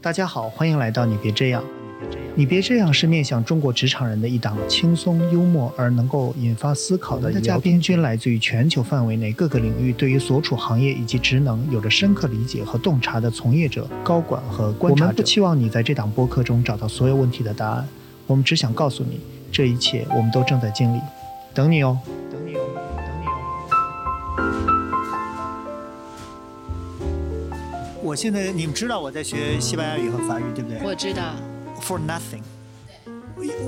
大家好，欢迎来到你别这样。你别这样是面向中国职场人的一档轻松、幽默而能够引发思考的。嘉宾均来自于全球范围内各个领域，对于所处行业以及职能有着深刻理解和洞察的从业者、高管和观察者。我们不期望你在这档播客中找到所有问题的答案，我们只想告诉你，这一切我们都正在经历，等你哦。等你哦，等你哦。我现在你们知道我在学西班牙语和法语，对不对？我知道。 For nothing，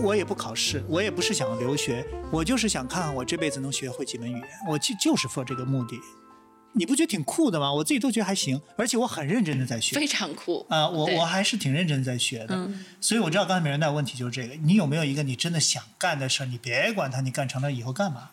我也不考试，我也不是想留学，我就是想看看我这辈子能学会几门语言，我就就是 for 这个目的。你不觉得挺酷的吗？我自己都觉得还行，而且我很认真的在学，非常酷啊、呃！我我还是挺认真在学的，嗯、所以我知道刚才美人带问题就是这个，你有没有一个你真的想干的事儿？你别管它，你干成了以后干嘛？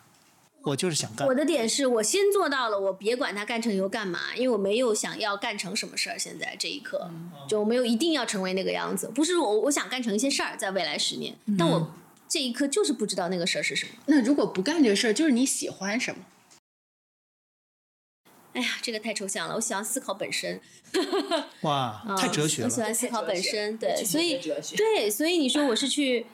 我就是想干。我的点是我先做到了，我别管它干成以后干嘛，因为我没有想要干成什么事儿。现在这一刻，嗯就我没有一定要成为那个样子。不是我，我想干成一些事儿，在未来十年，嗯但我这一刻就是不知道那个事儿是什么。嗯、那如果不干这事儿，就是你喜欢什么？哎呀，这个太抽象了。我喜欢思考本身。啊哇，啊太哲学了、嗯！我喜欢思考本身，对，所以 对，所以你说我是去。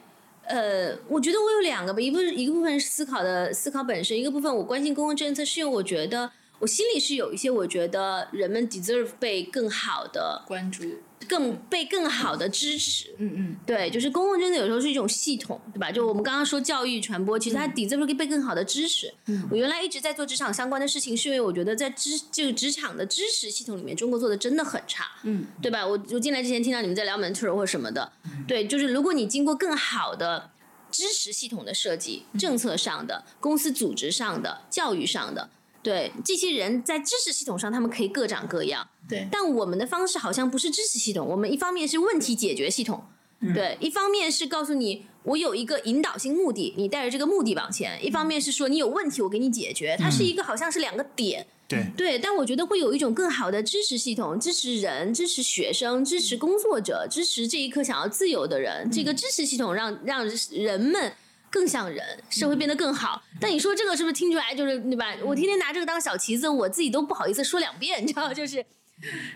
呃，我觉得我有两个吧，一部一个部分是思考的思考本身，一个部分我关心公共政策，是因为我觉得我心里是有一些我觉得人们 deserve 被更好的关注，更被更好的支持。嗯嗯，对，就是公共政策有时候是一种系统，对吧？就我们刚刚说教育传播，其实它 deserve 被更好的支持。嗯，我原来一直在做职场相关的事情，是因为我觉得在支这个职场的支持系统里面，中国做的真的很差。嗯，对吧？我我进来之前听到你们在聊 mentor 或什么的。对，就是如果你经过更好的支持系统的设计，政策上的、公司组织上的、教育上的，对这些人在支持系统上，他们可以各长各样。对，但我们的方式好像不是支持系统，我们一方面是问题解决系统，嗯、对，一方面是告诉你我有一个引导性目的，你带着这个目的往前；一方面是说你有问题，我给你解决。它是一个好像是两个点。嗯对对，但我觉得会有一种更好的支持系统，支持人，支持学生，支持工作者，支持这一刻想要自由的人。嗯、这个支持系统让让人们更像人，社会变得更好。嗯、但你说这个是不是听出来就是对吧？我天天拿这个当小旗子，我自己都不好意思说两遍，你知道就是。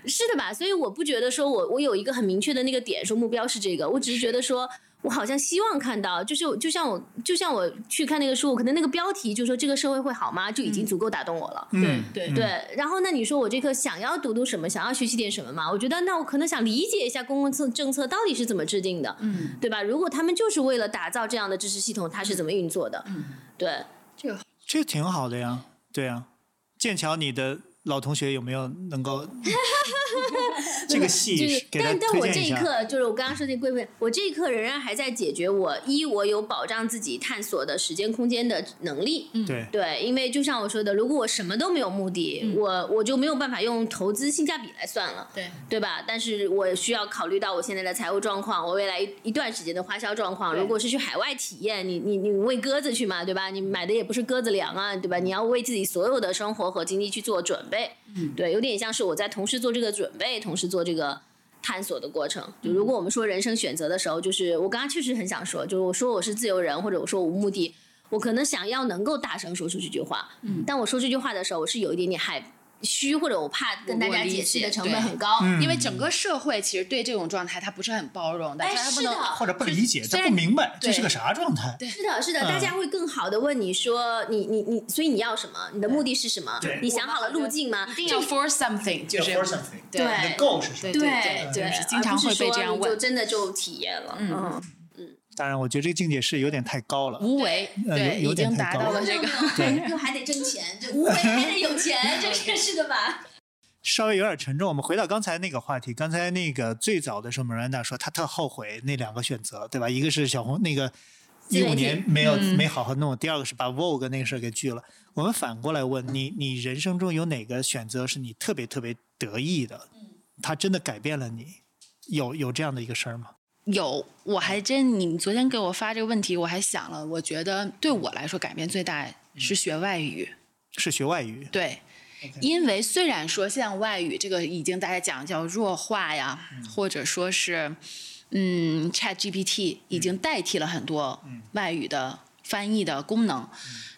是的吧？所以我不觉得说我我有一个很明确的那个点，说目标是这个。我只是觉得说，我好像希望看到，就是就像我就像我去看那个书，我可能那个标题就说这个社会会好吗，就已经足够打动我了。嗯、对对对。然后那你说我这课想要读读什么，想要学习点什么嘛？我觉得那我可能想理解一下公共政政策到底是怎么制定的，嗯，对吧？如果他们就是为了打造这样的知识系统，它是怎么运作的？嗯，对，这个这挺好的呀，对呀、啊，剑桥你的。老同学有没有能 够这个戏就是？但但我这一刻就是我刚刚说那贵妇，我这一刻仍然还在解决我一我有保障自己探索的时间空间的能力。嗯，对对，因为就像我说的，如果我什么都没有目的，嗯、我我就没有办法用投资性价比来算了，对对吧？但是我需要考虑到我现在的财务状况，我未来一段时间的花销状况。如果是去海外体验，你你你喂鸽子去嘛，对吧？你买的也不是鸽子粮啊，对吧？你要为自己所有的生活和经济去做准备。备，嗯，对，有点像是我在同时做这个准备，同时做这个探索的过程。就如果我们说人生选择的时候，就是我刚刚确实很想说，就是我说我是自由人，或者我说无目的，我可能想要能够大声说出这句话，嗯，但我说这句话的时候，我是有一点点害虚，或者我怕跟大家解嗯释的成本很高，因为整个社会其实对这种状态它不是很包容的，哎，它不能或者不理解，他不明白这是个啥状态，对，是的，是的，大家会更好的问你说你你你，所以你要什么？你的目的是什么？你想好了路径吗？一定要 for something，就是 for something，对，goal 是什么？对对对，就是经常会被这样问，就真的就体验了，嗯。 当然，我觉得这个境界是有点太高了，无为，对，已经达到了这 个， 对，又还得挣钱，这无为还得有钱，这个是的吧？稍微有点沉重，我们回到刚才那个话题。刚才那个最早的时候，莫兰达说他特后悔那两个选择，对吧？一个是小红那个一五年没有没好好弄，第二个是把 Vogue 那个事儿给拒了。我们反过来问你，你人生中有哪个选择是你特别特别得意的？他真的改变了你，有有这样的一个事儿吗？有，我还真，你昨天给我发这个问题，我还想了。我觉得对我来说，改变最大是学外语，是学外语。对，因为虽然说像外语这个已经大家讲叫弱化呀，嗯、或者说是，嗯，Chat GPT 已经代替了很多外语的翻译的功能。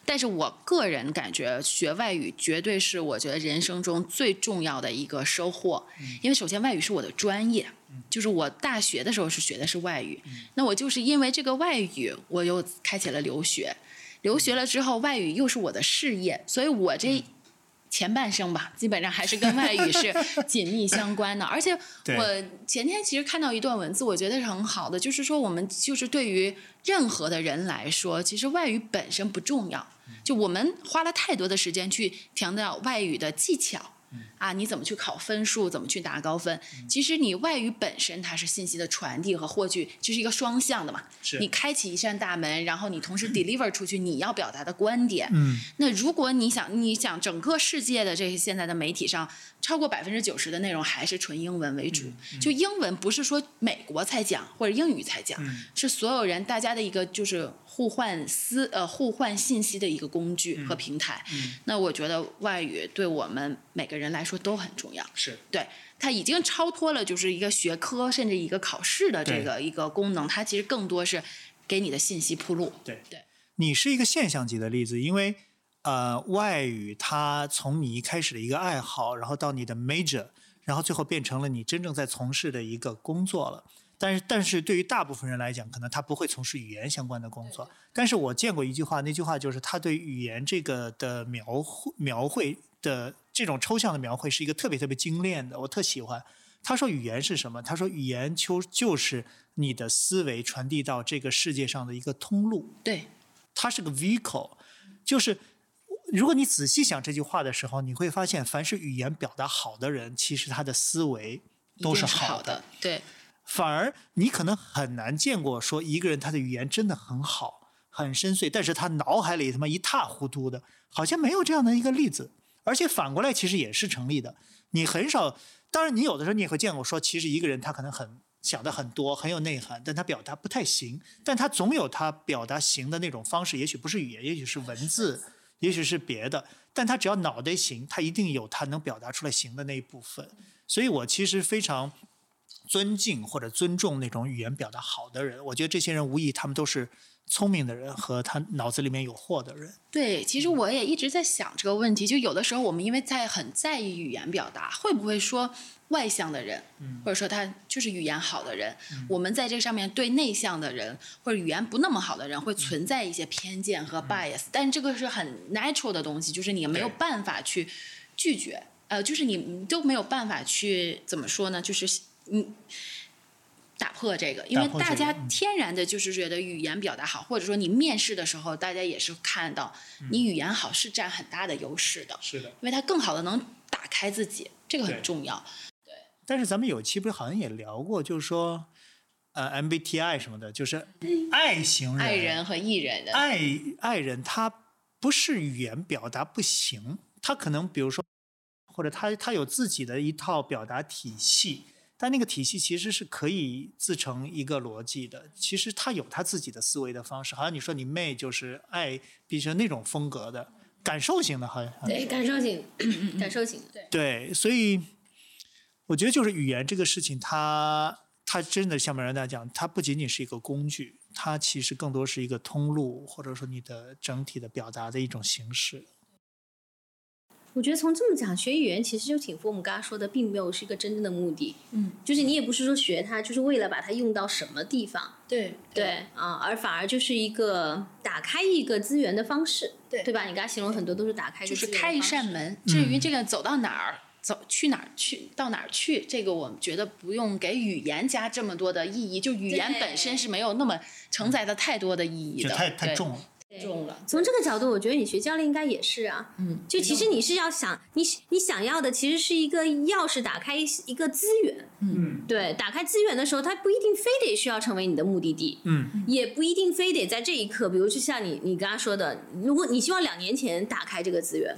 但是我个人感觉，学外语绝对是我觉得人生中最重要的一个收获，因为首先外语是我的专业，就是我大学的时候是学的是外语，那我就是因为这个外语，我又开启了留学，留学了之后，外语又是我的事业，所以我这。前半生吧，基本上还是跟外语是紧密相关的。而且对我前天其实看到一段文字，我觉得是很好的，就是说我们就是对于任何的人来说，其实外语本身不重要，就我们花了太多的时间去强调外语的技巧。啊，你怎么去考分数？怎么去拿高分？其实你外语本身它是信息的传递和获取，这是一个双向的嘛。是你开启一扇大门，然后你同时 deliver 出去你要表达的观点。嗯，那如果你想，你想整个世界的这些现在的媒体上，超过百分之九十的内容还是纯英文为主。嗯就英文不是说美国才讲或者英语才讲，嗯是所有人大家的一个就是互换思呃互换信息的一个工具嗯和平台。那我觉得外语对我们每个人来说都很重要。是对，它已经超脱了就是一个学科甚至一个考试的这对个一个功能，它其实更多是给你的信息铺路。对对，你是一个现象级的例子，因为呃，外语它从你一开始的一个爱好，然后到你的 major，然后最后变成了你真正在从事的一个工作了。但是，但是对于大部分人来讲，可能他不会从事语言相关的工作。但是我见过一句话，那句话就是他对语言这个的描绘描绘的这种抽象的描绘是一个特别特别精炼的，我特喜欢。他说语言是什么？他说语言就就是你的思维传递到这个世界上的一个通路。对，它是个 vehicle，就是如果你仔细想这句话的时候，你会发现，凡是语言表达好的人，其实他的思维一都定是好好的。对，反而你可能很难见过说一个人他的语言真的很好、很深邃，但是他脑海里他妈一塌糊涂的，好像没有这样的一个例子。而且反过来其实也是成立的，你很少。当然，你有的时候你也会见过说，其实一个人他可能很想的很多，很有内涵，但他表达不太行，但他总有他表达行的那种方式，也许不是语言，也许是文字，也许是别的，但他只要脑袋行，他一定有他能表达出来行的那一部分。所以我其实非常尊敬或者尊重那种语言表达好的人。我觉得这些人无疑他们都是聪明的人和他脑子里面有货的人。对，其实我也一直在想这个问题，就有的时候我们因为在很在意语言表达，会不会说外向的人，嗯或者说他就是语言好的人，我们在这上面对内向的人或者语言不那么好的嗯人会存在一些偏见和 bias，、但这个是很 natural 的东西，就是你没有对办法去拒绝，呃，就是你你都没有办法去怎么说呢，就是你。打破这个，因为打破这大个家嗯天然的就是觉得语言表达好，或者说你面试的时候，大家也是看到嗯你语言好是占很大的优势的，是的。因为它更好的能打开自己，这个对很重要。但是咱们有期不是好像也聊过，就是说，呃，MBTI 什么的，就是爱型人、爱人啊和艺人的，爱爱人，他不是语言表达不行，他可能比如说，或者他他有自己的一套表达体系，但那个体系其实是可以自成一个逻辑的。其实他有他自己的思维的方式，好像你说你妹就是爱，比成那种风格的感受型的，好像对，感受型，感受型，嗯对，对，所以我觉得就是语言这个事情它，它真的像美人大讲，它不仅仅是一个工具，它其实更多是一个通路，或者说你的整体的表达的一种形式。我觉得从这么讲，学语言其实就挺符合我们刚刚说的，并没有是一个真正的目的，嗯，就是你也不是说学它，就是为了把它用到什么地方，对对啊，而反而就是一个打开一个资源的方式，对对吧？你刚才形容很多都是打开，就是开一扇。门。嗯至于这个走到哪儿，走去哪儿去，到哪儿去，这个我们觉得不用给语言加这么多的意义，就语言对本身是没有那么承载的太多的意义就的，太太对重了，重了。从这个角度，我觉得你学教练应该也是啊，嗯，就其实你是要想，你你想要的其实是一个钥匙，打开一一个资源，嗯，对，打开资源的时候，它不一定非得需要成为你的目的地，嗯，也不一定非得在这一刻，比如就像你你刚刚说的，如果你希望两年前打开这个资源，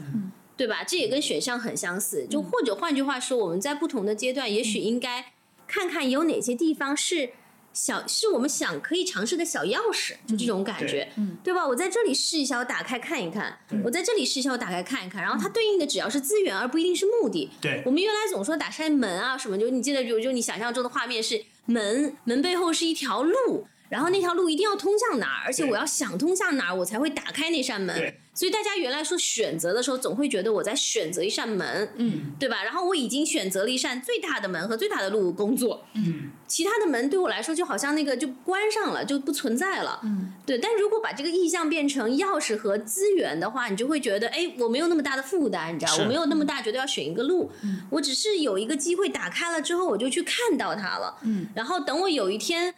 对吧？这也跟选项很相似。就或者换句话说，我们在不同的阶段，也许应该看看有哪些地方是小，是我们想可以尝试的小钥匙，就这种感觉，嗯对吧？我在这里试一下，我打开看一看；我在这里试一下，我打开看一看。然后它对应的只要是资源，而不一定是目的。对我们原来总说打开门啊什么，就你记得，比如就你想象中的画面是门，门背后是一条路，然后那条路一定要通向哪儿，而且对我要想通向哪儿，我才会打开那扇门对。所以大家原来说选择的时候，总会觉得我在选择一扇门，嗯对吧？然后我已经选择了一扇最大的门和最大的路工作，嗯其他的门对我来说就好像那个就关上了，就不存在了。嗯，对，但如果把这个意向变成钥匙和资源的话，你就会觉得，哎，我没有那么大的负担，你知道，是我没有那么大觉得要选一个路，我只是有一个机会打开了之后，我就去看到它了，嗯，然后等我有一天。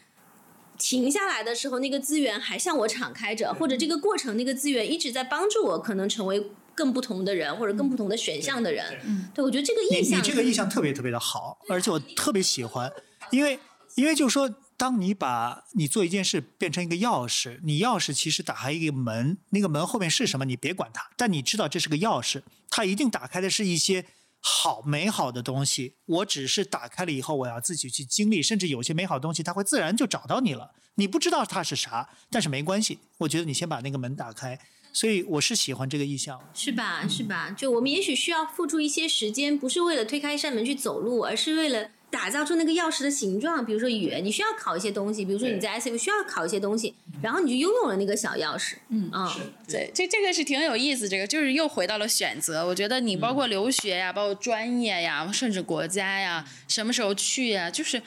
停下来的时候，那个资源还向我敞开着，或者这个过程那个资源一直在帮助我，可能成为更不同的人，或者更不同的选项的人。对对，我觉得这个你意你向，这个意向特别特别的好，而且我特别喜欢，因为因为就是说，当你把你做一件事变成一个钥匙，你钥匙其实打开一个门，那个门后面是什么你别管它，但你知道这是个钥匙，它一定打开的是一些好美好的东西。我只是打开了以后，我要自己去经历，甚至有些美好的东西它会自然就找到你了。你不知道它是啥，但是没关系，我觉得你先把那个门打开，所以我是喜欢这个意向。是吧？是吧？就我们也许需要付出一些时间，不是为了推开一扇门去走路，而是为了打造出那个钥匙的形状。比如说语言，你需要考一些东西，比如说你在 ICU 需要考一些东西，然后你就拥有了那个小钥匙。嗯啊，对，这这个是挺有意思，这个就是又回到了选择。我觉得你包括嗯留学呀，包括专业呀，甚至国家呀，嗯什么时候去呀，就是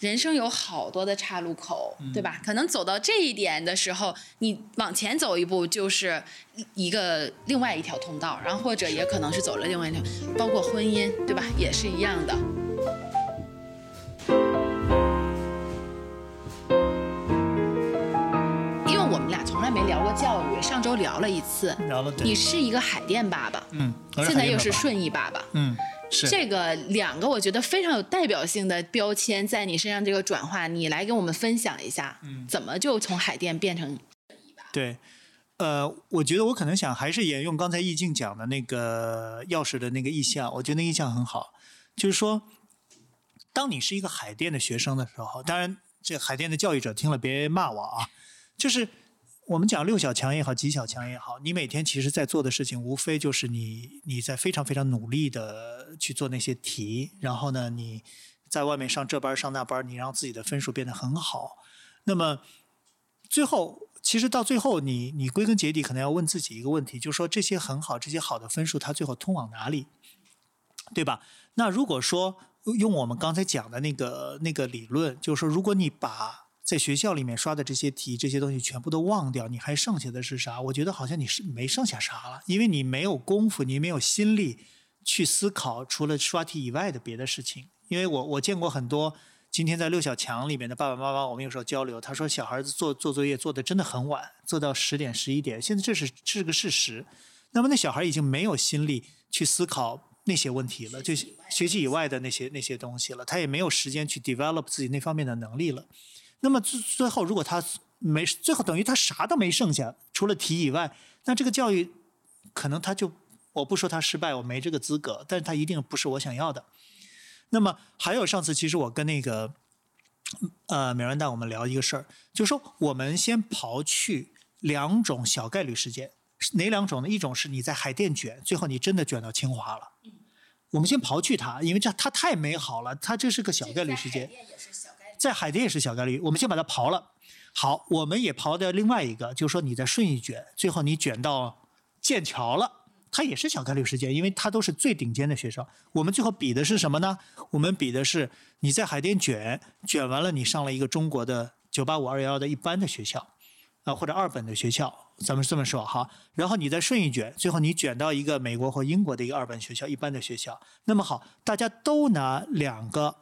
人生有好多的岔路口，对嗯吧？可能走到这一点的时候，你往前走一步就是一个另外一条通道，然后或者也可能是走了另外一条，包括婚姻，对吧？也是一样的。因为我们俩从来没聊过教育，上周聊了一次。聊了对你是一个海淀爸爸，嗯，我现在海淀又爸是爸顺义爸爸，嗯是这个两个我觉得非常有代表性的标签在你身上这个转化，你来给我们分享一下，怎么就从海淀变成对，呃，我觉得我可能想还是沿用刚才易静讲的那个钥匙的那个意向，我觉得那个意向很好，就是说，当你是一个海淀的学生的时候，当然这海淀的教育者听了别骂我啊，就是我们讲六小强也好，几小强也好，你每天其实在做的事情，无非就是你你在非常非常努力的去做那些题，然后呢，你在外面上这班儿上那班儿，你让自己的分数变得很好，那么。最后，其实到最后你，你归根结底可能要问自己一个问题，就是说这些很好，这些好的分数，它最后通往哪里，对吧？那如果说用我们刚才讲的那个那个理论，就是说，如果你把在学校里面刷的这些题、这些东西全部都忘掉，你还剩下的是啥？我觉得好像你是没剩下啥了，因为你没有功夫，你没有心力去思考除了刷题以外的别的事情。因为我我见过很多今天在六小强里面的爸爸妈妈，我们有时候交流，他说小孩子做做作业做的真的很晚，做到十点十一点，现在这是这是个事实。那么那小孩已经没有心力去思考那些问题了，就学习以外的那些那些东西了，他也没有时间去 develop 自己那方面的能力了。那么最最后，如果他没最后等于他啥都没剩下，除了题以外，那这个教育可能他就我不说他失败，我没这个资格，但是他一定不是我想要的。那么还有上次，其实我跟那个呃美兰达我们聊一个事儿，就是说我们先刨去两种小概率事件，是哪两种呢？一种是你在海淀卷，最后你真的卷到清华了。我们先刨去它，因为这它太美好了，它这是个小概率事件。在海淀也是小概率，我们先把它刨了。好，我们也刨掉另外一个，就是说你在顺义卷，最后你卷到剑桥了，它也是小概率事件，因为它都是最顶尖的学生。我们最后比的是什么呢？我们比的是你在海淀卷，卷完了你上了一个中国的九八五二幺幺的一般的学校，啊、或者二本的学校，咱们这么说哈。然后你再顺义卷，最后你卷到一个美国或英国的一个二本学校，一般的学校。那么好，大家都拿两个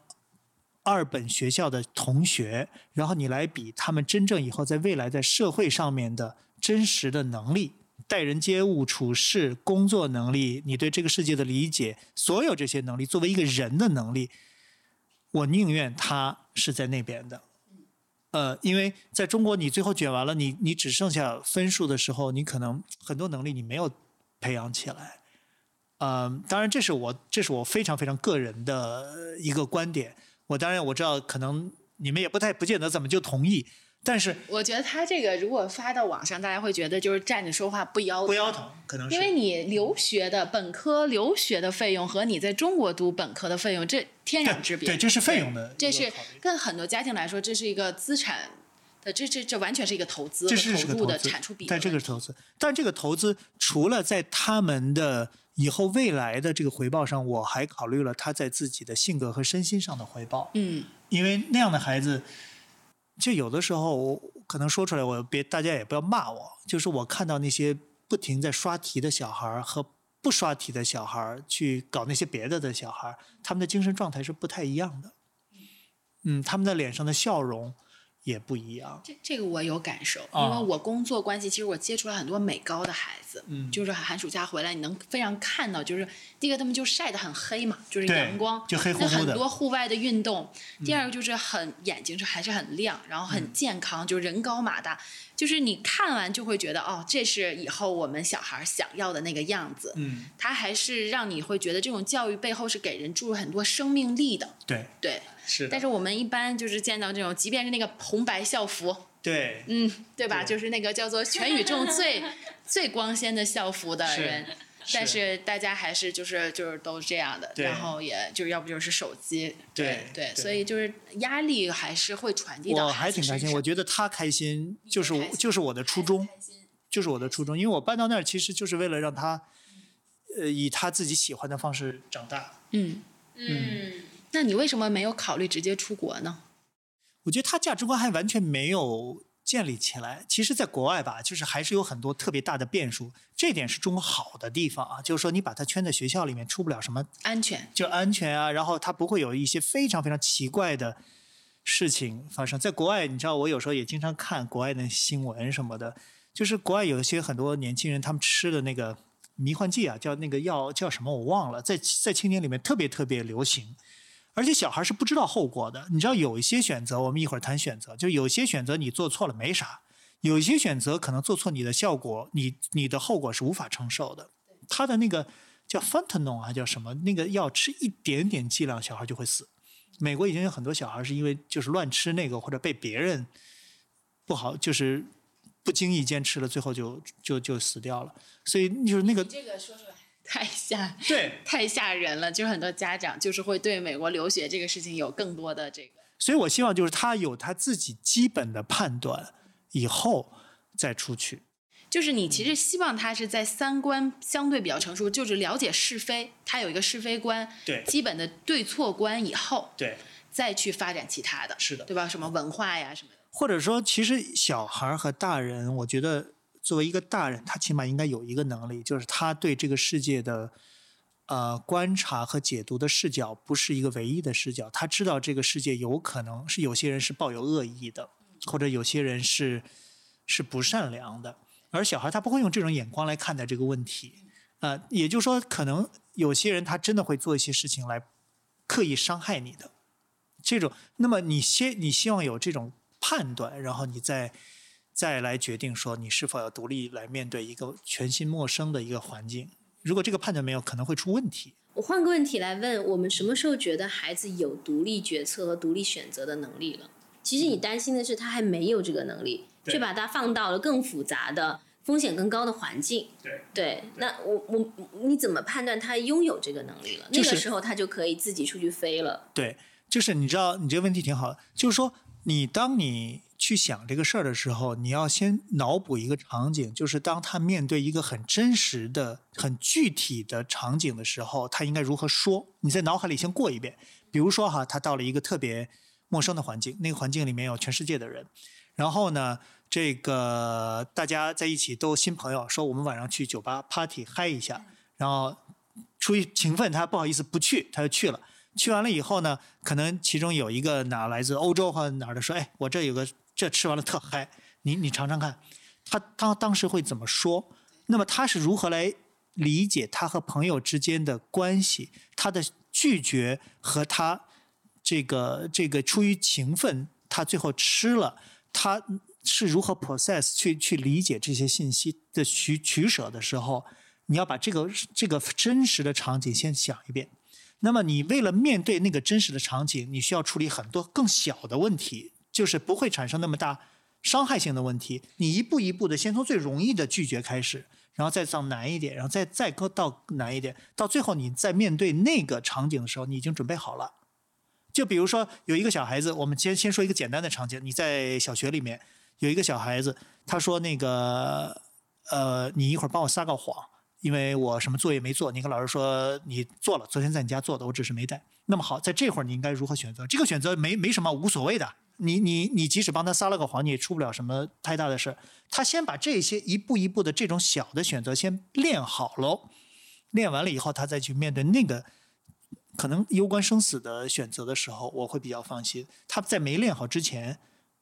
二本学校的同学，然后你来比他们真正以后在未来在社会上面的真实的能力、待人接物、处事、工作能力，你对这个世界的理解，所有这些能力，作为一个人的能力，我宁愿他是在那边的。呃，因为在中国，你最后卷完了，你你只剩下分数的时候，你可能很多能力你没有培养起来。嗯，当然这是我这是我非常非常个人的一个观点。我当然我知道，可能你们也不太不见得怎么就同意，但是我觉得他这个如果发到网上，大家会觉得就是站着说话不腰不腰疼，可能是因为你留学的本科留学的费用和你在中国读本科的费用，这天壤之对别对，。这是费用的一个考虑，这是跟很多家庭来说，这是一个资产对，这这这完全是一个投资这是和是投个入投的资产出比的但问题。这个投资，但这个投资除了在他们的以后未来的这个回报上，我还考虑了他在自己的性格和身心上的回报，嗯因为那样的孩子，就有的时候我可能说出来，我别大家也不要骂我，就是我看到那些不停在刷题的小孩儿和不刷题的小孩儿去搞那些别的的小孩儿，他们的精神状态是不太一样的，嗯，他们的脸上的笑容也不一样，这这个我有感受，因啊为我工作关系，其实我接触了很多美高的孩子，嗯就是寒暑假回来，你能非常看到，就是第一个他们就晒得很黑嘛，就是对阳光，就黑乎那乎很的嗯多户外的运动。第二个就是很眼睛是还是很亮，然后很健康，就人高马大，就是你看完就会觉得哦，这是以后我们小孩想要的那个样子。嗯，他还是让你会觉得这种教育背后是给人注入很多生命力的，对，对。是但是我们一般就是见到这种，即便是那个红白校服，对，嗯，对吧？对就是那个叫做全宇宙最 最光鲜的校服的是人，但是大家还是就是就是都这样的，对然后也就是要不就是手机，对对，对所以就是压力还是会传递到我孩还子挺开身心，上我觉得他开心就是开我心就是我的初衷，就是我的初衷，因为我搬到那儿其实就是为了让他，呃，以他自己喜欢的方式长大。嗯，嗯那你为什么没有考虑直接出国呢？我觉得他价值观还完全没有建立起来。其实，在国外吧，就是还是有很多特别大的变数，这点是中国好的地方啊，就是说你把他圈在学校里面，出不了什么安全，就安全啊，然后它不会有一些非常非常奇怪的事情发生。在国外，你知道，我有时候也经常看国外的新闻什么的，就是国外有一些很多年轻人他们吃的那个迷幻剂啊，叫那个药叫什么我忘了，在在青年里面特别特别流行。而且小孩是不知道后果的，你知道有一些选择，我们一会儿谈选择，就有些选择你做错了没啥，有一些选择可能做错你的效果，你你的后果是无法承受的。他的那个叫 fentanyl 啊还叫什么，那个药吃一点点剂量，小孩就会死。美国已经有很多小孩是因为就是乱吃那个，或者被别人不好，就是不经意间吃了，最后就就就死掉了。所以就是那个这个说出来太吓对，太吓人了，就是很多家长就是会对美国留学这个事情有更多的这个。所以我希望就是他有他自己基本的判断，以后再出去。就是你其嗯实希望他是在三观相对比较成熟，就是了解是非，他有一个是非观，对基本的对错观以后，对，再去发展其他的，是的对吧？什么文化呀什么的，或者说，其实小孩儿和大人，我觉得作为一个大人，他起码应该有一个能力，就是他对这个世界的呃观察和解读的视角不是一个唯一的视角，他知道这个世界有可能是有些人是抱有恶意的，或者有些人是是不善良的，而小孩他不会用这种眼光来看待这个问题，呃，也就是说，可能有些人他真的会做一些事情来刻意伤害你的。这种，那么你先你希望有这种判断，然后你再再来决定说你是否要独立来面对一个全新陌生的一个环境。如果这个判断没有，可能会出问题。我换个问题来问，我们什么时候觉得孩子有独立决策和独立选择的能力了？其实你担心的是他还没有这个能力，嗯对却把他放到了更复杂的、风险更高的环境。对那我我你怎么判断他拥有这个能力了？就是那个时候他就可以自己出去飞了。对，就是你知道，你这个问题挺好的，就是说你当你去想这个事儿的时候，你要先脑补一个场景，就是当他面对一个很真实的、很具体的场景的时候，他应该如何说？你在脑海里先过一遍。比如说哈，他到了一个特别陌生的环境，那个环境里面有全世界的人，然后呢，这个大家在一起都新朋友，说我们晚上去酒吧 party 嗨一下，然后出于情分，他不好意思不去，他就去了。去完了以后呢，可能其中有一个哪来自欧洲或哪儿的说，哎，我这有个这吃完了特嗨，你你尝尝看，他他当时会怎么说？那么他是如何来理解他和朋友之间的关系？他的拒绝和他这个这个出于情分，他最后吃了，他是如何 process 去去理解这些信息的取取舍的时候，你要把这个这个真实的场景先想一遍。那么你为了面对那个真实的场景，你需要处理很多更小的问题，就是不会产生那么大伤害性的问题。你一步一步的先从最容易的拒绝开始，然后再到难一点，然后再再搁到难一点，到最后你在面对那个场景的时候，你已经准备好了。就比如说有一个小孩子，我们先先说一个简单的场景，你在小学里面，有一个小孩子，他说那个呃，你一会儿帮我撒个谎，因为我什么作业没做。你跟老师说你做了，昨天在你家做的，我只是没带。那么好，在这会儿你应该如何选择？这个选择没没什么无所谓的。你你你即使帮他撒了个谎，你也出不了什么太大的事。他先把这些一步一步的这种小的选择先练好喽，练完了以后，他再去面对那个可能攸关生死的选择的时候，我会比较放心。他在没练好之前，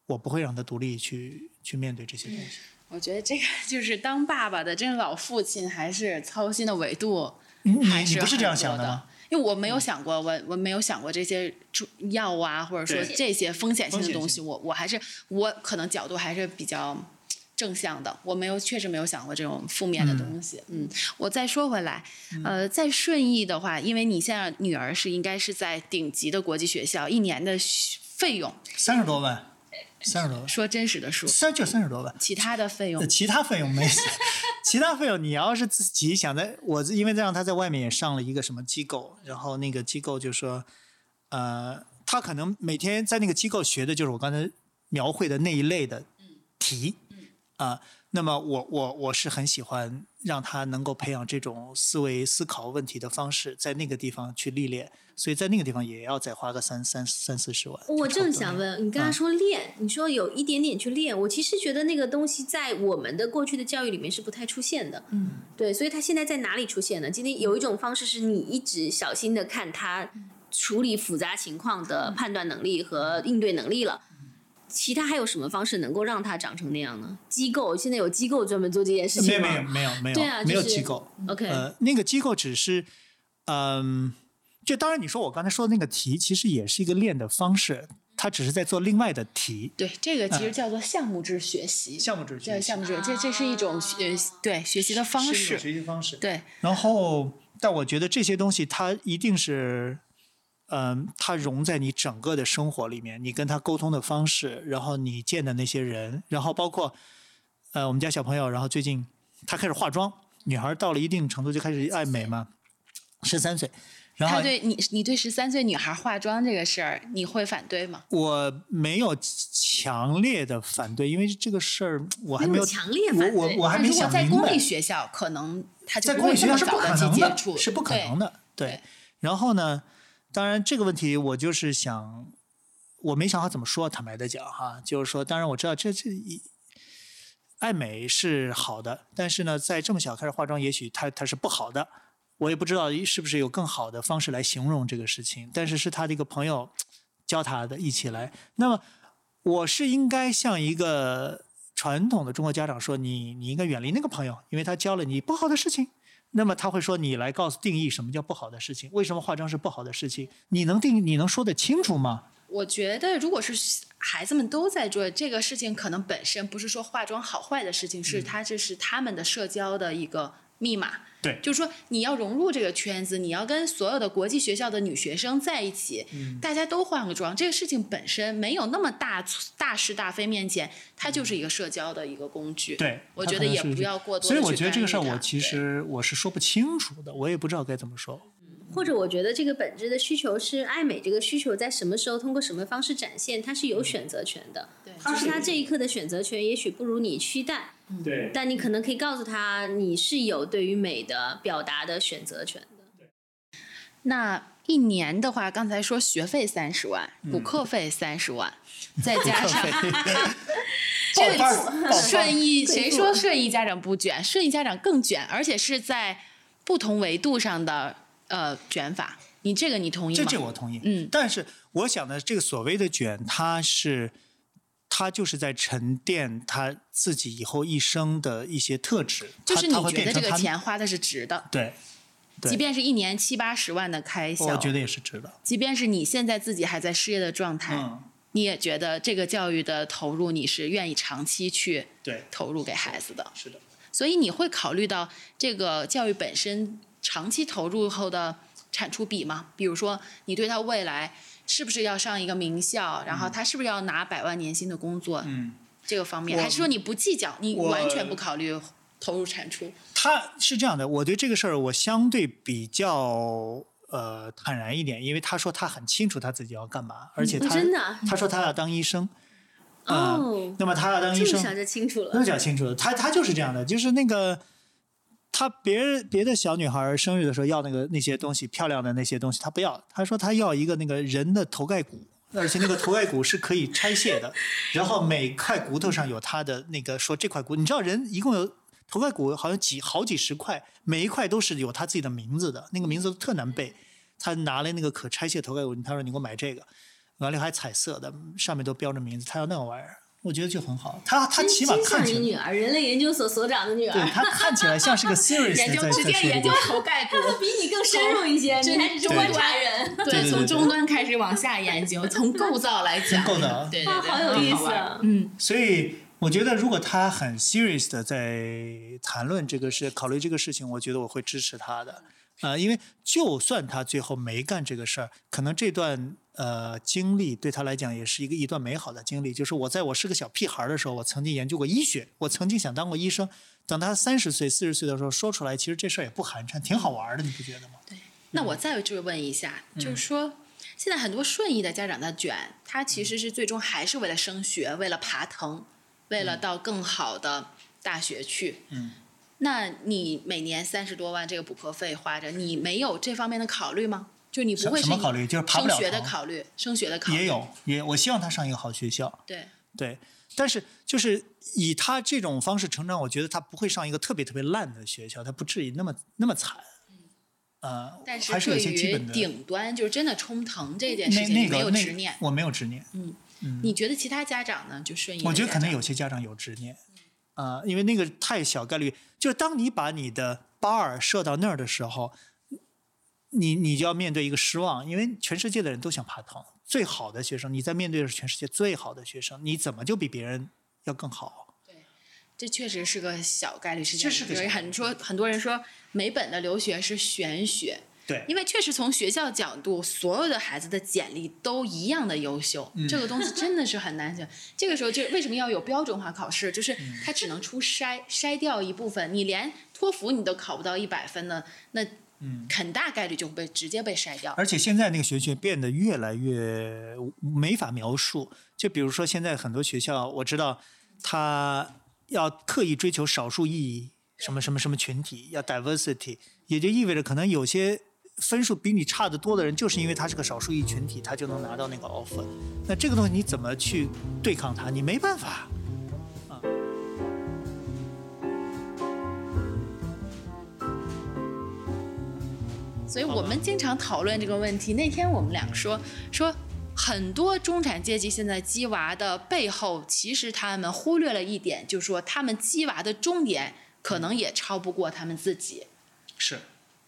我不会让他独立去去面对这些东西。我觉得这个 就是当爸爸的，这老父亲还是操心的维度你你还你不是很这样想多的的吗？嗯因为我没有想过，我我没有想过这些注药啊，或者说对这些风险性风险的东性西，我我还是我可能角度还是比较正向的，我没有确实没有想过这种负面的东西。嗯，我再说回来，嗯呃，在顺义的话，因为你现在女儿是应该是在顶级的国际学校，一年的学费用，三十多万，三十多万，说真实的数，三就三十多万。其他的费用呃其他费用 没，其他费用你要是自己想在，我因为让他在外面也上了一个什么机构，然后那个机构就说，呃，他可能每天在那个机构学的就是我刚才描绘的那一类的题，嗯啊、那么我我我是很喜欢让他能够培养这种思维思考问题的方式，在那个地方去历练，所以在那个地方也要再花个三三三四十万。我就差不多嗯正想了，问你，刚才说练，你说有一点点去练，我其实觉得那个东西在我们的过去的教育里面是不太出现的。嗯，对，所以它现在在哪里出现呢？今天有一种方式是你一直小心的看他处理复杂情况的判断能力和应对能力了。其他还有什么方式能够让他长成那样呢？机构现在有机构专门做这件事没情有吗没有没有没有、对啊没有就是机构。 ？OK，、呃，那个机构只是，嗯，就当然你说我刚才说的那个题，其实也是一个练的方式，它只是在做另外的题，对，这个其实叫做项目制学习。嗯项目制对项目制，这这是一种学啊对学习的方式。学习方式。对，然后，但我觉得这些东西它一定是，嗯、它融在你整个的生活里面，你跟他沟通的方式，然后你见的那些人，然后包括，呃，我们家小朋友，然后最近他开始化妆，女孩到了一定程度就开始爱美嘛，十三岁，然后他对你，你对十三岁女孩化妆这个事儿，你会反对吗？我没有强烈的反对，因为这个事儿我还没有有强烈我反我对我还但没如果想在明公白立，学校，可能他就在不公会立这学校么是不早可的去能接的，触，是不可对能的。对，对然后呢，当然这个问题我就是想，我没想好怎么说，坦白的讲哈，就是说，当然我知道这这一。爱美是好的，但是呢，在这么小开始化妆，也许它它是不好的。我也不知道是不是有更好的方式来形容这个事情，但是是他的一个朋友教他的，一起来。那么我是应该像一个传统的中国家长说，你你应该远离那个朋友，因为他教了你不好的事情。那么他会说，你来告诉定义什么叫不好的事情，为什么化妆是不好的事情？你能定你能说得清楚吗？我觉得，如果是孩子们都在做这个事情，可能本身不是说化妆好坏的事情，嗯是它这是他们的社交的一个密码。对就是说你要融入这个圈子，你要跟所有的国际学校的女学生在一起，嗯大家都化个妆，这个事情本身没有那么大大是大非面前，它就是一个社交的一个工具。，嗯对，我他觉可得能也是不这要过多所以地我去觉得这干个预事儿，它我其对实我是说不清楚的，我也不知道该怎么说。或者我觉得这个本质的需求是爱美这个需求在什么时候通过什么方式展现，它是有选择权的。嗯对只是他这一刻的选择权也许不如你期待，嗯对但你可能可以告诉他你是有对于美的表达的选择权的。那一年的话，刚才说学费三十万，嗯补课费三 十万，再加上这 报班儿报班个儿顺义，贵谁妇说顺义家长不卷？顺义家长更卷，而且是在不同维度上的呃卷法。你这个你同意这吗？这我同意。嗯但是我想的这个所谓的卷，它是它就是在沉淀他自己以后一生的一些特质，就是你它它会觉变得这成个他钱花的是值的，对，对即便是一年七八十万的开销，我觉得也是值的。即便是你现在自己还在失业的状态，嗯，你也觉得这个教育的投入你是愿意长期去对，投入给孩子的。是的。所以你会考虑到这个教育本身长期投入后的产出比吗？比如说，你对他未来是不是要上一个名校，然后他是不是要拿百万年薪的工作，嗯，这个方面，我还是说你不计较，你我完全不考虑投入产出？他是这样的，我对这个事儿我相对比较呃坦然一点，因为他说他很清楚他自己要干嘛，而且哦他、真的啊他说他要当医生。啊、哦，那么他要当医这么生，想就清楚那了么。讲清楚了，他他就是这样的，就是那个他别别的小女孩生日的时候要那个那些东西，漂亮的那些东西，他不要，他说他要一个那个人的头盖骨。而且那个头盖骨是可以拆卸 的，然后每块骨头上有他的那个说这块骨，你知道人一共有头盖骨好像几好几十块，每一块都是有他自己的名字的，那个名字都特难背。他拿来那个可拆卸头盖骨，他说你给我买这个，完了还彩色的，上面都标着名字，他要那个玩意儿，我觉得就很好。他他真起码真看像起你来，女儿，人类研究所所长的女对儿，他看起来像是个 serious 研的究在在之说前研这究个。头盖骨，比你更深入一些，真你还对是观察人，对对对，对从终端开始往下研究，从构造来讲， 从构造对对啊对， 好有意很好思玩啊嗯，所以我觉得，如果他很 serious 的在谈论这个事、考虑这个事情，我觉得我会支持他的。呃，因为就算他最后没干这个事儿，可能这段呃经历对他来讲也是一个一段美好的经历。就是我在我是个小屁孩儿的时候，我曾经研究过医学，我曾经想当过医生。等他三十岁、四十岁的时候说出来，其实这事儿也不寒碜，挺好玩儿的，你不觉得吗？那嗯我再追问一下，就是说，现在很多顺义的家长的卷，他其嗯实是最终还是为了升学，为了爬藤，为了到更好的大学去。嗯，那你每年三十多万这个补课费花着，你没有这方面的考虑吗？就你不什会什是么以考虑？就是爬不升了学的堂考虑，升学的考虑也有，也我希望他上一个好学校。对，对，但是就是以他这种方式成长，我觉得他不会上一个特别特别烂的学校，他不至于那么那么惨。呃，嗯但还是有对一些基于本的顶端，就是真的冲藤这件事那情，你那没个有那执念。我没有执念，你觉得其他家长呢？就顺义，我觉得可能。有些家长有执念，嗯啊、因为那个太小概率，就是当你把你的 bar 设到那儿的时候，你你就要面对一个失望，因为全世界的人都想爬藤，最好的学生，你在面对的是全世界最好的学生，你怎么就比别人要更好？这确实是个小概率事件。这是个有小概率很说很多人说美本的留学是玄学，对，因为确实从学校角度，所有的孩子的简历都一样的优秀，嗯这个东西真的是很难选。这个时候就为什么要有标准化考试？就是嗯它只能出筛筛掉一部分，你连托福你都考不到一百分呢，那嗯。很大概率就会被直接被筛掉。而且现在那个学学变得越来越没法描述。就比如说，现在很多学校，我知道他要刻意追求少数意义，什么什么什么群体，要 diversity，也就意味着可能有些分数比你差得多的人，就是因为他是个少数意义群体，他就能拿到那个 offer。那这个东西你怎么去对抗它？你没办法。所以我们经常讨论这个问题。那天我们俩说说，很多中产阶级现在鸡娃的背后，其实他们忽略了一点，就是说他们鸡娃的终点可能也超不过他们自己。是，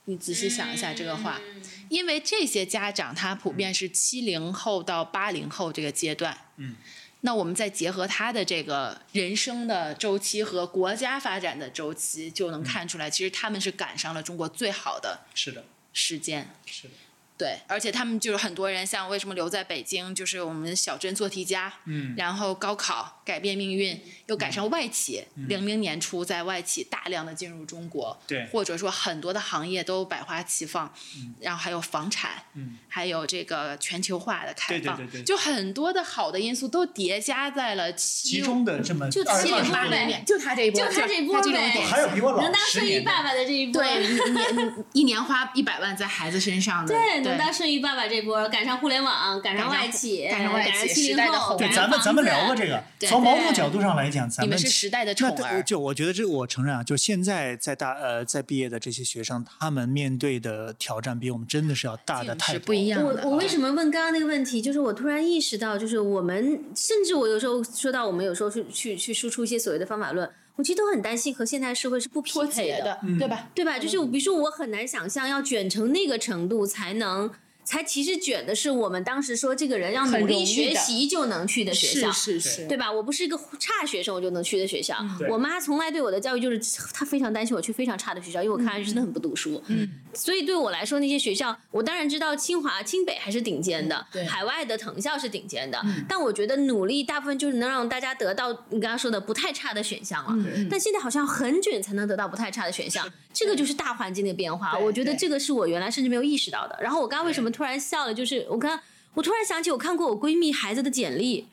你仔细想一下这个话，因为这些家长他普遍是七零后到八零后这个阶段，嗯，那我们再结合他的这个人生的周期和国家发展的周期，就能看出来，其实他们是赶上了中国最好的是的，时间。是的，对，而且他们就是很多人，像为什么留在北京，就是我们小镇做题家，嗯然后高考改变命运，又赶上外企，零零、年初在外企大量的进入中国，嗯对或者说很多的行业都百花齐放，然后还有房产，嗯，还有这个全球化的开对对放，对对就很多的好的因素都叠加在了集其中的这么就二七20零八20八零呗年，就他这一波，就他这这波这种呗典还有比我老能当十顺义年的爸爸的这一波，对，年一年花一百万在孩子身上的，对，对，能当顺义爸爸这波，赶上互联网，赶上赶上外企，赶赶上外企七时代零的后，后对，赶上咱们房咱们子聊过这个。对从某对种角度上来讲，咱你们们是其时代的宠那对，儿就我觉得这，我承认啊，就现在在大呃在毕业的这些学生，他们面对的挑战比我们真的是要大的太是多。不一样 的。嗯我我为对什么问刚刚那个问题？就是我突然意识到，就是我们甚至我有时候说到我们有时候去去去输出一些所谓的方法论，我其实都很担心和现代社会是不匹脱配嗯节的，嗯对吧？对吧？就是我比如说我很难想象要卷成那个程度才能。才其实卷的是我们当时说这个人要很努容力易学的习就能去的学校，是嗯是对吧？我不是一个差学生，我就能去的学校。对我妈从来对我的教育就是，她非常担心我去非常差的学校，因为我看上去真的很不读书。嗯，所以对我来说，那些学校，我当然知道清华、清北还是顶尖的，嗯对嗯海外的藤校是顶尖的，但我觉得努力大部分就是能让大家得到你刚刚说的不太差的选项了。嗯但现在好像很卷才能得到不太差的选项，这个就是大环境的变化。对我觉得对这个是我原来甚至没有意识到的。然后我刚刚为什么突然笑了？就是我刚我突然想起我看过我闺蜜孩子的简历，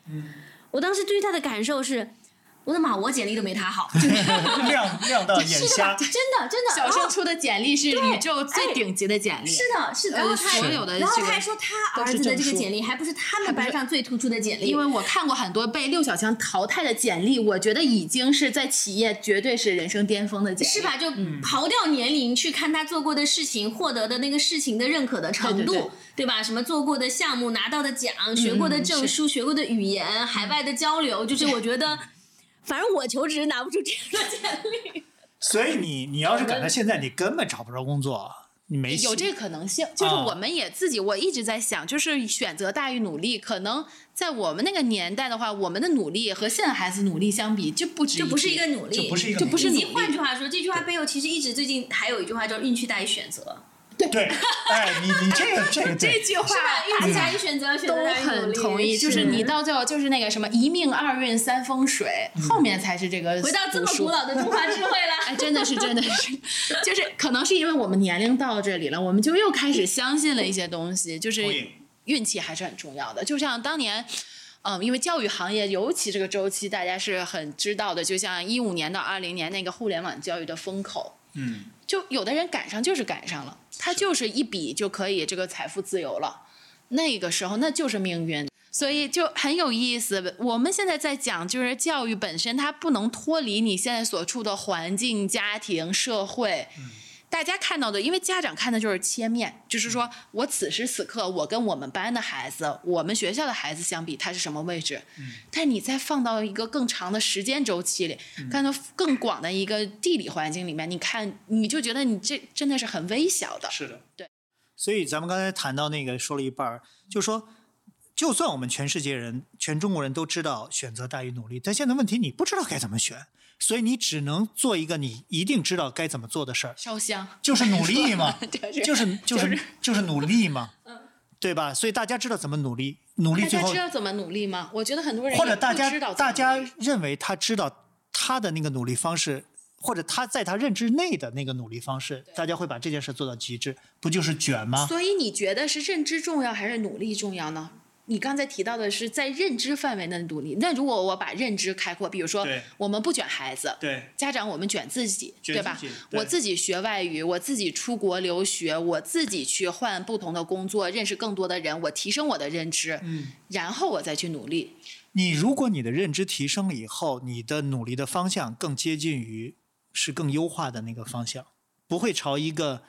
我当时对于他的感受是，我的妈，我简历都没他好， 真亮亮到眼瞎。的真的。小然后升出的简历是宇宙最顶级的简历，哎是的，是的，然呃后他还所有的然后这他个还说他都儿是子的证这个书简历还不是他们班上最突出的简历，因为我看过很多被六小强淘汰的简历，我觉得已经是在企业绝对是人生巅峰的简历，是？吧？就嗯刨掉年龄去看他做过的事情，获得的那个事情的认可的程度，对对嗯对吧？什么做过的项目、拿到的奖、学过的证书、学过的语言、海外的交嗯流，就是我觉得，反正我求职拿不出这样的简历。所以你你要是赶到现在，你根本找不着工作，你没戏有这个可能性，就是啊我们也自己，我一直在想，就是选择大于努力。可能在我们那个年代的话，我们的努力和现在孩子努力相比，就不值这一不是提一个努力，这不是一个这不是以努及力换句话说，这句话背后其实一直最近还有一句话叫“运气大于选择对，哎，你你这个这个 这对，句话”，运气大于选择，嗯选都择大于努很力同意，就是你到最后就是那个什么一命二运三风水，嗯后面才是这个回到这么读书古老的中华智慧哎，了。真的是，真的是，就是可能是因为我们年龄到这里了，我们就又开始相信了一些东西，就是同意运气还是很重要的。就像当年，嗯，因为教育行业，尤其这个周期，大家是很知道的。就像一五年到二零年那个互联网教育的风口，嗯，就有的人赶上就是赶上了，他就是一笔就可以这个财富自由了。那个时候那就是命运，所以就很有意思。我们现在在讲，就是教育本身它不能脱离你现在所处的环境、家庭、社会。大家看到的，因为家长看的就是切面，就是说我此时此刻我跟我们班的孩子、我们学校的孩子相比，他是什么位置？但你再放到一个更长的时间周期里，嗯看到更广的一个地理环境里面，你看你就觉得你这真的是很微小的。是的，对。所以咱们刚才谈到那个，说了一半儿，就说，就算我们全世界人、全中国人都知道选择大于努力，但现在问题你不知道该怎么选，所以你只能做一个你一定知道该怎么做的事儿，烧香，就是努力嘛 就是嗯就是就是就是努力 嘛，对吧？所以大家知道怎么努力，努力大最家后知道怎么努力吗？我觉得很多人或者也不大知道家大怎么家努力认为他知道他的那个努力方式，或者他在他认知内的那个努力方式，大家会把这件事做到极致，不就是卷吗？所以你觉得是认知重要还是努力重要呢？你刚才提到的是在认知范围内的努力，那如果我把认知开阔，比如说对我们不卷孩子，对，家长我们卷自己，卷对吧自己我对自己学外语，我自己出国留学，我自己去换不同的工作，认识更多的人，我提升我的认知，嗯，然后我再去努力。你如果你的认知提升了以后，你的努力的方向更接近于是更优化的那个方向，不会朝一个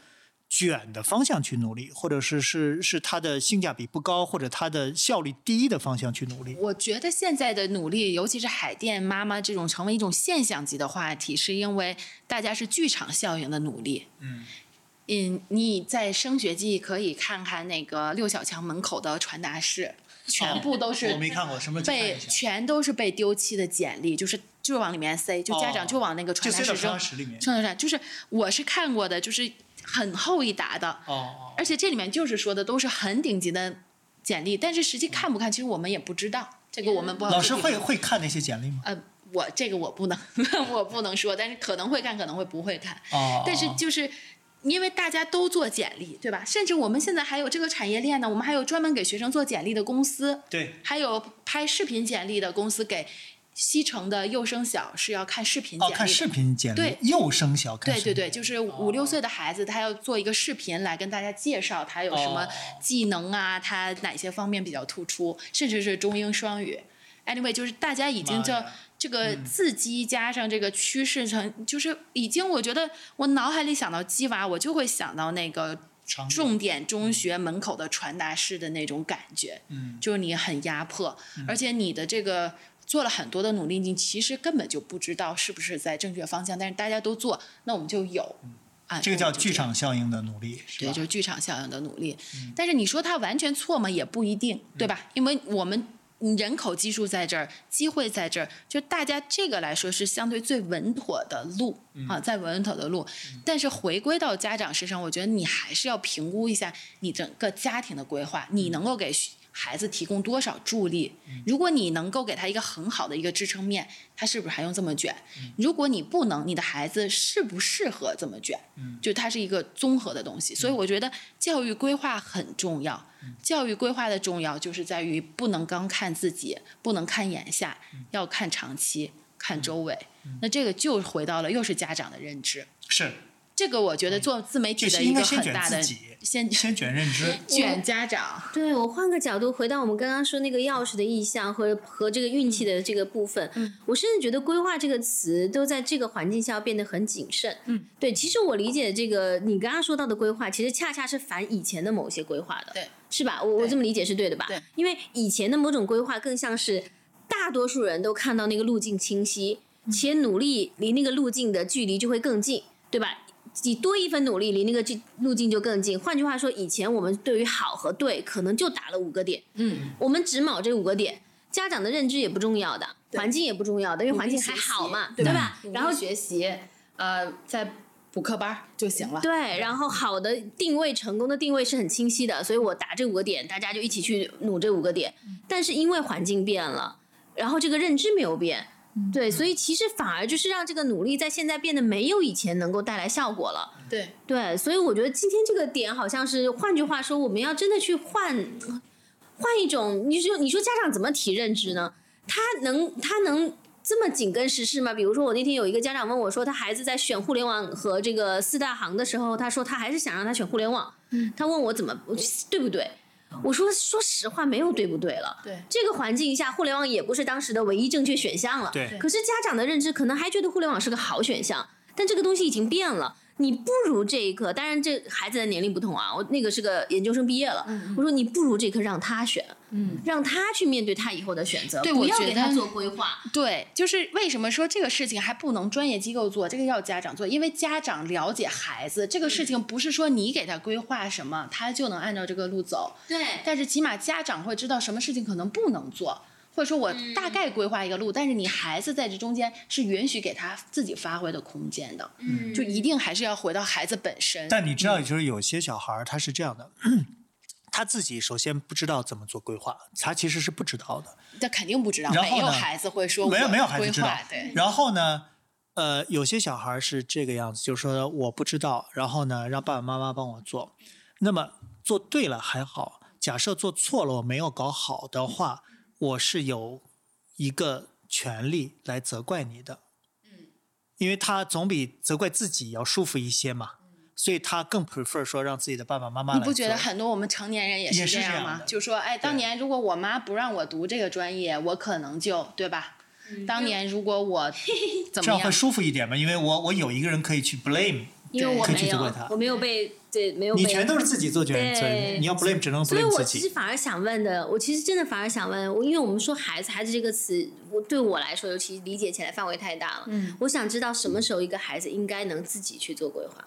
卷的方向去努力，或者是是是它的性价比不高，或者它的效率低的方向去努力。我觉得现在的努力，尤其是海淀妈妈这种成为一种现象级的话题，是因为大家是剧场效应的努力。嗯嗯，你在升学季可以看看那个六小强门口的传达室，全部都是看过什么被全都是被丢弃的简历，就是就往里面塞，就家长哦就往那个传达室扔，室里面传达室就是我是看过的，就是很厚一沓的，哦而且这里面就是说的都是很顶级的简历，但是实际看不看，其实我们也不知道，这个我们不好。哦老师会会看那些简历吗？呃，我这个我不能， 我不能说，但是可能会看，可能会不会看。哦，但是就是因为大家都做简历，对吧？甚至我们现在还有这个产业链呢，我们还有专门给学生做简历的公司，对，还有拍视频简历的公司给西城的幼升小是要看视频简哦，历的。看视频简历，对幼升小看对视频对对，就是五六岁的孩子，他要做一个视频来跟大家介绍他有什么哦技能啊，他哪些方面比较突出，甚至是中英双语。Anyway，就是大家已经妈叫呀嗯这个字基加上这个趋势成，就是已经我觉得我脑海里想到鸡娃，我就会想到那个长度重点中学门口的传达室的那种感觉，嗯，就是你很压迫，而且你的这个做了很多的努力，你其实根本就不知道是不是在正确方向，但是大家都做，那我们就有，啊，嗯这个我叫们就剧这样。场效应的努力，是对，吧嗯就是剧场效应的努力，但是你说它完全错吗？也不一定，对吧？因为我们嗯人口基数在这儿，机会在这儿，就大家这个来说是相对最稳妥的路、嗯啊，在稳妥的路。但是回归到嗯家长身上，我觉得你还是要评估一下你整个家庭的规划，你能够给学孩子提供多少助力。如果你能够给他一个很好的一个支撑面，他是不是还用这么卷？嗯如果你不能，你的孩子适不适合这么卷？就它是一个综合的东西。嗯所以我觉得教育规划很重要。教育规划的重要就是在于不能光看自己，不能看眼下，嗯要看长期，看周围。那这个就回到了又是家长的认知。是这个我觉得做自媒体这的是一应个该先很卷大的自己先先卷认知， 卷家长，对我换个角度，回到我们刚刚说那个钥匙的意象和和这个运气的这个部分，嗯、我甚至觉得“规划”这个词都在这个环境下变得很谨慎。嗯，对，其实我理解这个你刚刚说到的规划，其实恰恰是反以前的某些规划的，对，是吧？我我对这么理解是对的吧？对，因为以前的某种规划更像是大多数人都看到那个路径清晰，嗯且努力离那个路径的距离就会更近，对吧？你多一分努力，离那个距路径就更近。换句话说，以前我们对于好和对可能就打了五个点，嗯，我们只卯这五个点，家长的认知也不重要的，对环境也不重要的，因为环境努力还学习好嘛，对对吧？然然后后学习，呃，再补课班儿就行了。对，然后好的定位，成功的定位是很清晰的，所以我打这五个点，大家就一起去努这五个点。嗯但是因为环境变了，然后这个认知没有变，嗯对，所以其实反而就是让这个努力在现在变得没有以前能够带来效果了。对对，所以我觉得今天这个点好像是，换句话说，我们要真的去换换一种，你说你说家长怎么提认知呢？他能他能这么紧跟时事吗？比如说我那天有一个家长问我说，他孩子在选互联网和这个四大行的时候，他说他还是想让他选互联网，他问我怎么 我对不对？我说说实话，没有对不对了。对这个环境下，互联网也不是当时的唯一正确选项了。对可是家长的认知可能还觉得互联网是个好选项，但这个东西已经变了。你不如这一刻，当然这孩子的年龄不同啊，我那个是个研究生毕业了，嗯我说你不如这一刻让他选，嗯，让他去面对他以后的选择，对不我要觉给得他做规划，对，就是为什么说这个事情还不能专业机构做，这个要家长做，因为家长了解孩子这个嗯事情，不是说你给他规划什么，他就能按照这个路走，对但是起码家长会知道什么事情可能不能做。或者说我嗯大概规划一个路，但是你孩子在这中间是允许给他自己发挥的空间的，嗯就一定还是要回到孩子本身。但你知嗯道，就是有些小孩儿他是这样的。 他自己首先不知道怎么做规划，他其实是不知道的。这肯定不知道，然后没有呢孩子会说没有我没有孩子规知道划，对，然后呢，呃，有些小孩儿是这个样子，就是说我不知道，然后呢，让爸爸妈妈帮我做。那么做对了还好，假设做错了，我没有搞好的话，我是有一个权利来责怪你的。嗯因为他总比责怪自己要舒服一些嘛，所以他更 prefer 说让自己的爸爸妈妈来嗯你做。不觉得很多我们成年人也也是这这样吗的？就说，哎，当对年如果我妈不让我读这个专业，我可能就对吧？当年如果我 这怎么样样会，舒服一点吗？因为我我有一个人可以去 blame，因为我可以没去责有怪他，我没有被对没有被你全都是自己做决定责对任，你要 blame 只能所以 blame 我自其实己。反而想问的，我其实真的反而想问，我因为我们说孩子，孩子这个词，我对我来说，尤其理解起来范围太大了。嗯，我想知道什么时候一个孩子应该能自己去做规划，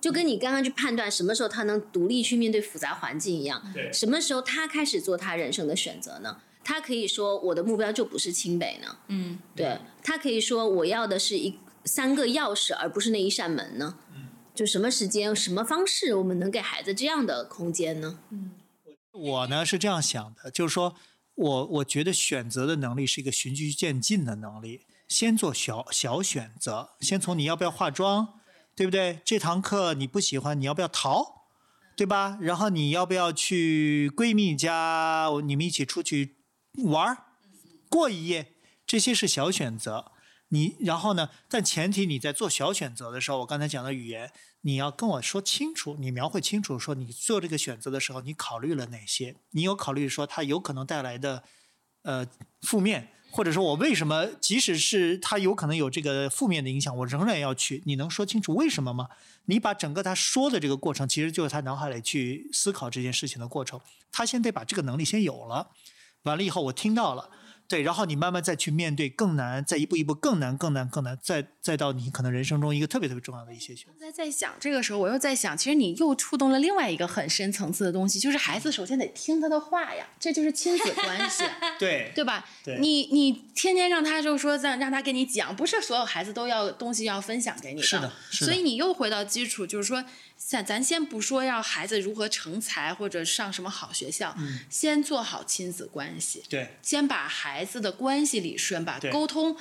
就跟嗯你刚刚去判断什么时候他能独立去面对复杂环境一样。对什么时候他开始做他人生的选择呢？他可以说我的目标就不是清北呢，嗯，对他可以说我要的是一三个钥匙，而不是那一扇门呢。嗯就什么时间、什么方式，我们能给孩子这样的空间呢？我呢是这样想的，就是说我我觉得选择的能力是一个循序渐进的能力，先做小小选择，先从你要不要化妆，对不对？这堂课你不喜欢，你要不要逃，对吧？然后你要不要去闺蜜家，你们一起出去玩儿，过一夜，这些是小选择。你然后呢？但前提你在做小选择的时候，我刚才讲的语言，你要跟我说清楚，你描绘清楚，说你做这个选择的时候，你考虑了哪些？你有考虑说它有可能带来的呃负面，或者说我为什么即使是它有可能有这个负面的影响，我仍然要去？你能说清楚为什么吗？你把整个他说的这个过程，其实就是他脑海里去思考这件事情的过程。他先得把这个能力先有了，完了以后我听到了。对，然后你慢慢再去面对更难，再一步一步更难、更难、更难，再再到你可能人生中一个特别特别重要的一些选择。刚才在想这个时候，我又在想，其实你又触动了另外一个很深层次的东西，就是孩子首先得听他的话呀，这就是亲子关 系。对对吧？对你你天天让他就说让让他跟你讲，不是所有孩子都要东西要分享给你是的是的所以你又回到基础，就是说咱咱先不说让孩子如何成才或者上什么好学校，嗯先做好亲子关系，对先把孩子的关系理顺，把对沟通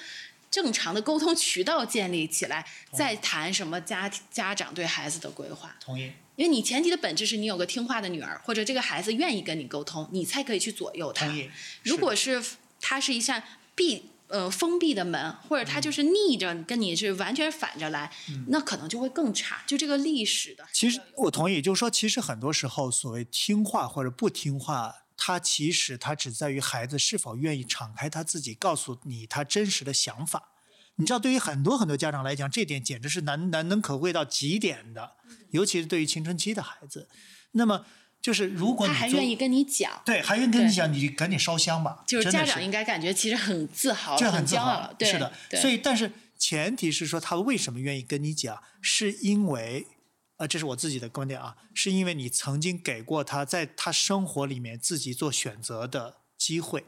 正常的沟通渠道建立起来，哦再谈什么家家长对孩子的规划。同意。因为你前提的本质是你有个听话的女儿，或者这个孩子愿意跟你沟通，你才可以去左右他同意。如果是它是一扇闭呃封闭的门，或者它就是嗯逆着跟你是完全反着来，那可能就会更差。就这个历史的，其实我同意，就是说，其实很多时候所谓听话或者不听话，它其实它只在于孩子是否愿意敞开他自己，告诉你他真实的想法。你知道，对于很多很多家长来讲，这点简直是难难能可贵到极点的，尤其是对于青春期的孩子。那么，就是如果他你还做愿意跟你讲，对，还愿意跟你对讲，你赶紧烧香吧。就是真的家长应该感觉其实很自豪、这很很自骄豪傲，，对，是的。对所以，但是前提是说他为什么愿意跟你讲，是因为，呃，这是我自己的观点啊，是因为你曾经给过他在他生活里面自己做选择的机会。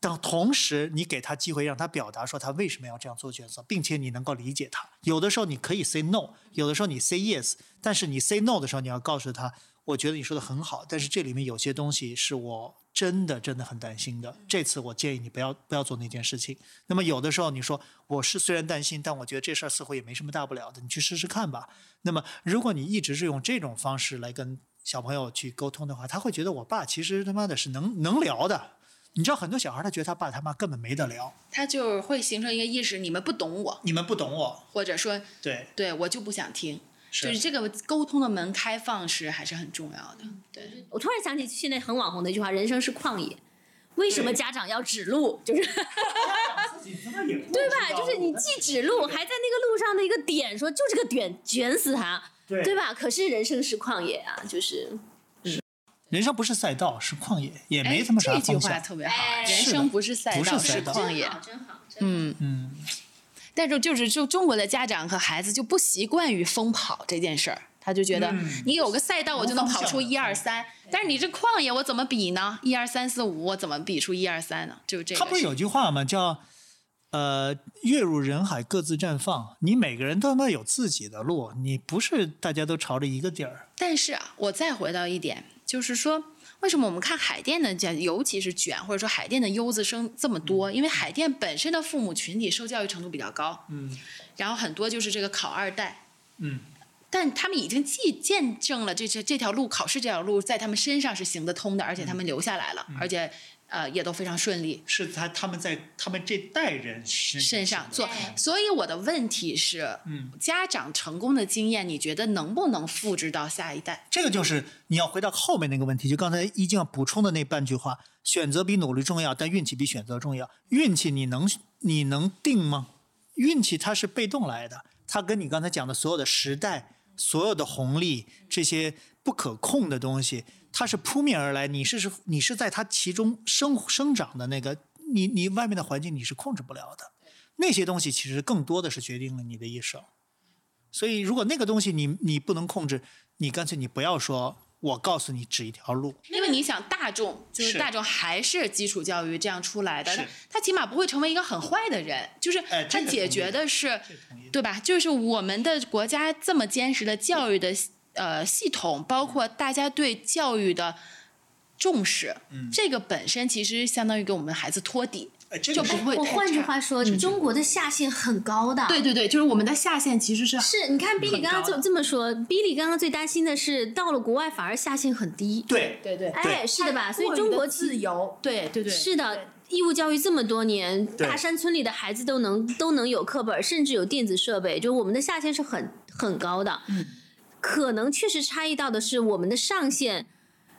等同时，你给他机会，让他表达说他为什么要这样做选择，并且你能够理解他。有的时候你可以 say no，有的时候你 say yes，但是你 say no 的时候，你要告诉他，我觉得你说的很好，但是这里面有些东西是我真的真的很担心的。这次我建议你不要不要做那件事情。那么有的时候你说我是虽然担心，但我觉得这事儿似乎也没什么大不了的，你去试试看吧。那么如果你一直是用这种方式来跟小朋友去沟通的话，他会觉得我爸其实他妈的是能能聊的。你知道很多小孩他觉得他爸他妈根本没得聊，他就是会形成一个意识，你们不懂我，你们不懂我，或者说对，对我就不想听，是就是这个沟通的门开放是还是很重要的。对，我突然想起现在很网红的一句话：“人生是旷野。”为什么家长要指路？ 就是对吧？就是你既指路，还在那个路上的一个点，说就这个点卷死他，对对吧？可是人生是旷野啊，就是人生不是赛道，是旷野，也没哎他妈啥这句方话向。特别好，哎人是的生不是赛不是道，赛是道旷 野。真好，嗯，嗯，但是就是就中国的家长和孩子就不习惯于疯跑这件事儿，他就觉得嗯你有个赛道，我就能无方跑向出的一二三，但是你这旷野我怎么比呢？一二三四五，我怎么比出一二三呢？就是这个。他不是有句话吗？叫呃，月入人海，各自绽放。你每个人都他妈有自己的路，你不是大家都朝着一个地儿。但是啊，我再回到一点，就是说，为什么我们看海淀的家，尤其是卷，或者说海淀的优子生这么多？因为海淀本身的父母群体受教育程度比较高，嗯然后很多就是这个考二代。嗯，但他们已经既见证了这这这条路考试这条路在他们身上是行得嗯通的，而且他们留下来了，而且呃也都非常顺利。是他他们在他们这代人身身上做对，所以我的问题是，嗯，家长成功的经验，你觉得能不能复制到下一代？这个就是你要回到后面那个问题，就刚才一静要补充的那半句话：选择比努力重要，但运气比选择重要。运气你能你能定吗？运气它是被动来的，它跟你刚才讲的所有的时代、所有的红利这些不可控的东西，它是扑面而来。你是是你是在它其中生生长的那个，你你外面的环境你是控制不了的。那些东西其实更多的是决定了你的一生。所以，如果那个东西你你不能控制，你干脆你不要说，我告诉你指一条路。因为你想大众，就是是大众还是基础教育这样出来的，是他他起码不会成为一个很坏的人，就是哎他这个解同决意的是同意对吧？就是我们的国家这么坚实的教育的呃系统，包括大家对教育的重视，嗯这个本身其实相当于给我们孩子托底，哎，这就不嗯会我太换句差。嗯话说，中国的下限很高的。对对对，就是我们的下限其实是啊是你看，Billy 很高刚刚就的这么说，Billy 刚刚最担心的是到了国外反而下限很低。对对对，哎，是的吧？所以中过于国的自由，对对对，是的，义务教育这么多年，对大山村里的孩子都能都能有课本，甚至有电子设备，就我们的下限是很很高的。嗯，可能确实差异到的是我们的上限。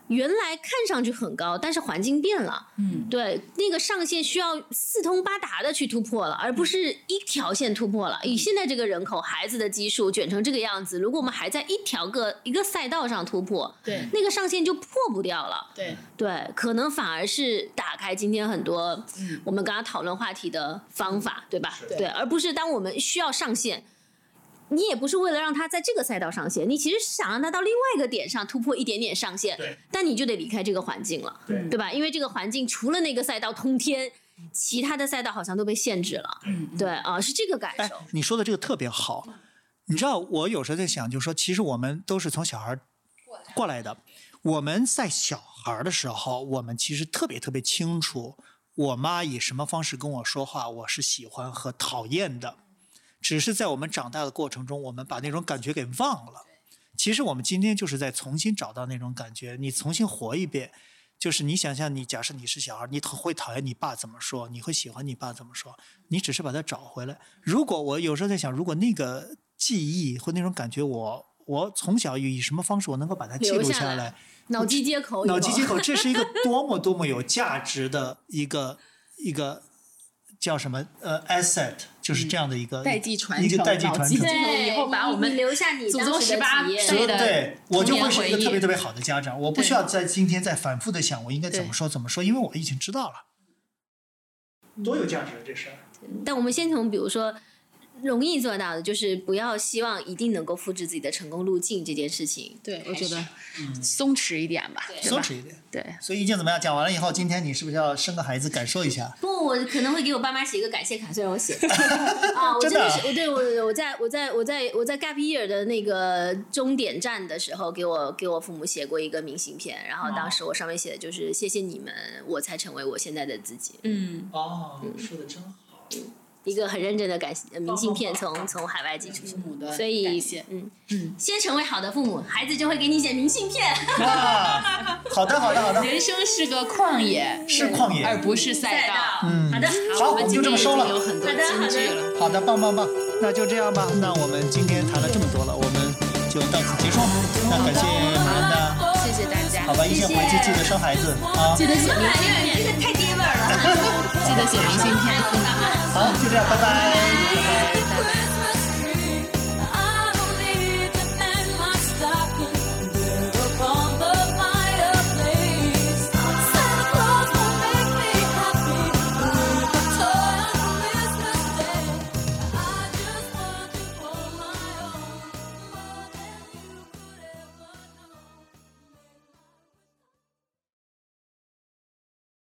原来看上去很高，但是环境变了，嗯，对，那个上限需要四通八达的去突破了，而嗯不是一条线突破了。以现在这个人口、孩子的基数卷成这个样子，如果我们还在一条个一个赛道上突破，嗯对那个上限就破不掉了。对对，可能反而是打开今天很多嗯我们刚刚讨论话题的方法，对吧？对对，而不是当我们需要上线，你也不是为了让他在这个赛道上线，你其实是想让他到另外一个点上突破一点点上限对，但你就得离开这个环境了，嗯对吧？因为这个环境除了那个赛道通天，其他的赛道好像都被限制了，嗯对啊，是这个感哎受。，嗯你说的这个特别好。你知道，我有时候在想，就是说，其实我们都是从小孩儿过来的。我们在小孩儿的时候，我们其实特别特别清楚，我妈以什么方式跟我说话，我是喜欢和讨厌的。只是在我们长大的过程中，我们把那种感觉给忘了。其实我们今天就是在重新找到那种感觉，你重新活一遍。就是你想象你，假设你是小孩，你讨会讨厌你爸怎么说，你会喜欢你爸怎么说，你只是把它找回来。如果我有时候在想，如果那个记忆或那种感觉我，我从小以什么方式我能够把它记留录下下来来？脑机接哦口有，脑机接口，这是一 个多么多么有价值的一个一个叫什么呃 asset，就是这样的一个嗯代际传一个承代际脑传机承接。对，以后把你我们你留下你祖当宗时的18体验岁的对，我童就年会是一回个特忆别特别好的家长，我不需要在今天再反复的想我应该怎么对说怎么说，因为我已经知道了，嗯多有价值啊这事儿。但我们先从比如说容易做到的，就是不要希望一定能够复制自己的成功路径这件事情。对，我还觉是得松弛一点吧，对嗯松吧？弛一点。对，所以意见怎么样？讲完了以后，今天你是不是要生个孩子感受一 下？不，我可能会给我爸妈写一个感谢卡，虽然我写啊，我真真的的啊是，我对我我在我在我在我在 gap year 的那个终点站的时候，给我给我父母写过一个明信片，然后当时我上面写的就是谢谢你们，我才成为我现在的自己，嗯，哦，说的真好。一个很认真的感谢呃明信片从从海外寄出去父。母的所以感谢，嗯嗯，先成为好的父母，孩子就会给你写明信片。啊，好的，好的，好的，人生是个旷野，是旷野。而不是赛赛道。道。嗯好的，好我我们们今就这么天已经收了有有很很多多金金句句了了。好的，棒棒棒，那就这样吧。那我们今天谈了这么多了，我们就到此结束。那感谢马兰达，谢谢大家好，吧，一线回去记得生孩子啊。记得写明，这个太爹味儿了。记得写明信片。好，就这样，拜拜。拜拜。